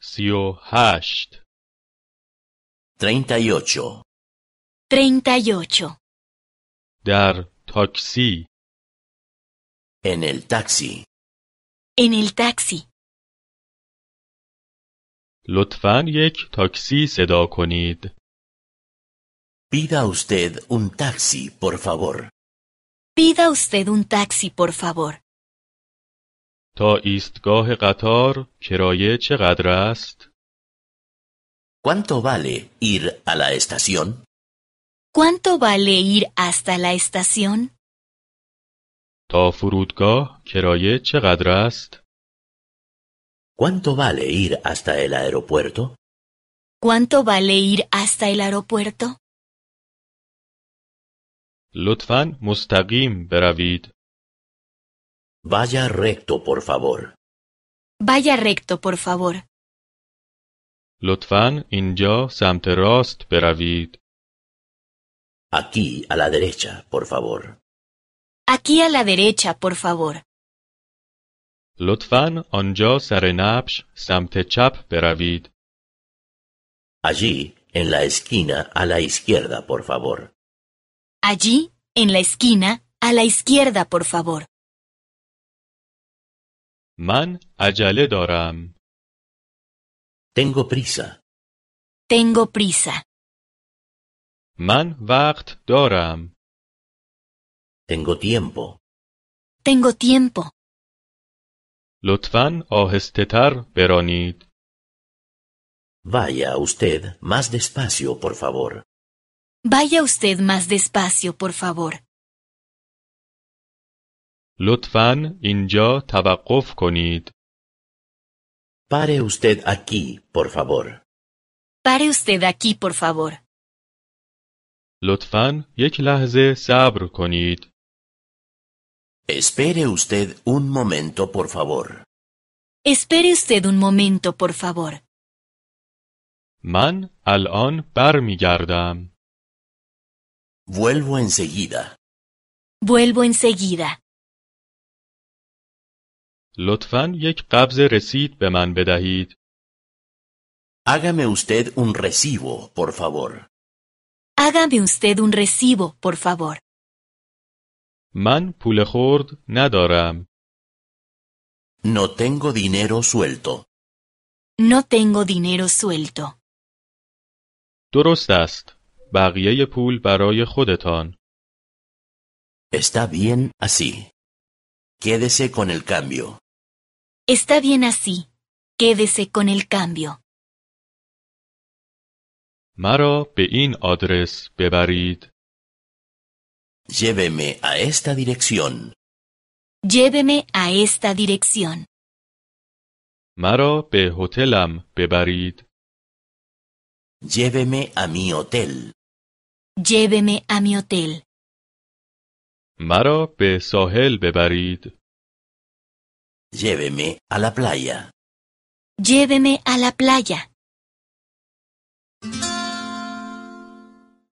سی و هشت 38. 38. در تاکسی En el taxi. En el taxi. لطفا یک تاکسی صدا کنید Pida usted un taxi, por favor. Pida usted un taxi, por favor. تا ایستگاه قطار کرایه چقدر است؟ ¿Cuánto vale ir a la estación? ¿Cuánto vale ir hasta la estación? تا فرودگاه کرایه چقدر است؟ ¿Cuánto vale ir hasta el aeropuerto? ¿Cuánto vale ir hasta el aeropuerto? لطفا مستقیم بروید Vaya recto, por favor. Vaya recto, por favor. لطفا اینجا سمت راست بروید Aquí a la derecha, por favor. Aquí a la derecha, por favor. لطفا آنجا سر نبش سمت چپ بروید Allí, en la esquina a la izquierda, por favor. Allí, en la esquina, a la izquierda, por favor. من عجله دارم Tengo prisa. Tengo prisa. من وقت دارم Tengo tiempo. Tengo tiempo. لطفا آهسته تر برانید Vaya usted más despacio, por favor. Vaya usted más despacio, por favor. لطفا اینجا توقف کنید Pare usted aquí, por favor. Pare usted aquí, por favor. لطفا یک لحظه صبر کنید Espere usted un momento, por favor. Espere usted un momento, por favor. من الان برمیگردم Vuelvo enseguida. Vuelvo enseguida. لطفا یک قبض رسید به من بدهید Hágame usted un recibo, por favor. Hágame usted un recibo, por favor. من پول خورد ندارم No tengo dinero suelto. No tengo dinero suelto. درست است بقیه پول برای خودتان Está bien así. Quédese con el cambio. Está bien así. Quédese con el cambio. مرا به این آدرس ببرید Lléveme a esta dirección. Lléveme a esta dirección. مرا به هتلم ببرید Lléveme a mi hotel. Lléveme a mi hotel. مرا به ساحل ببرید Lléveme a la playa. Lléveme a la playa.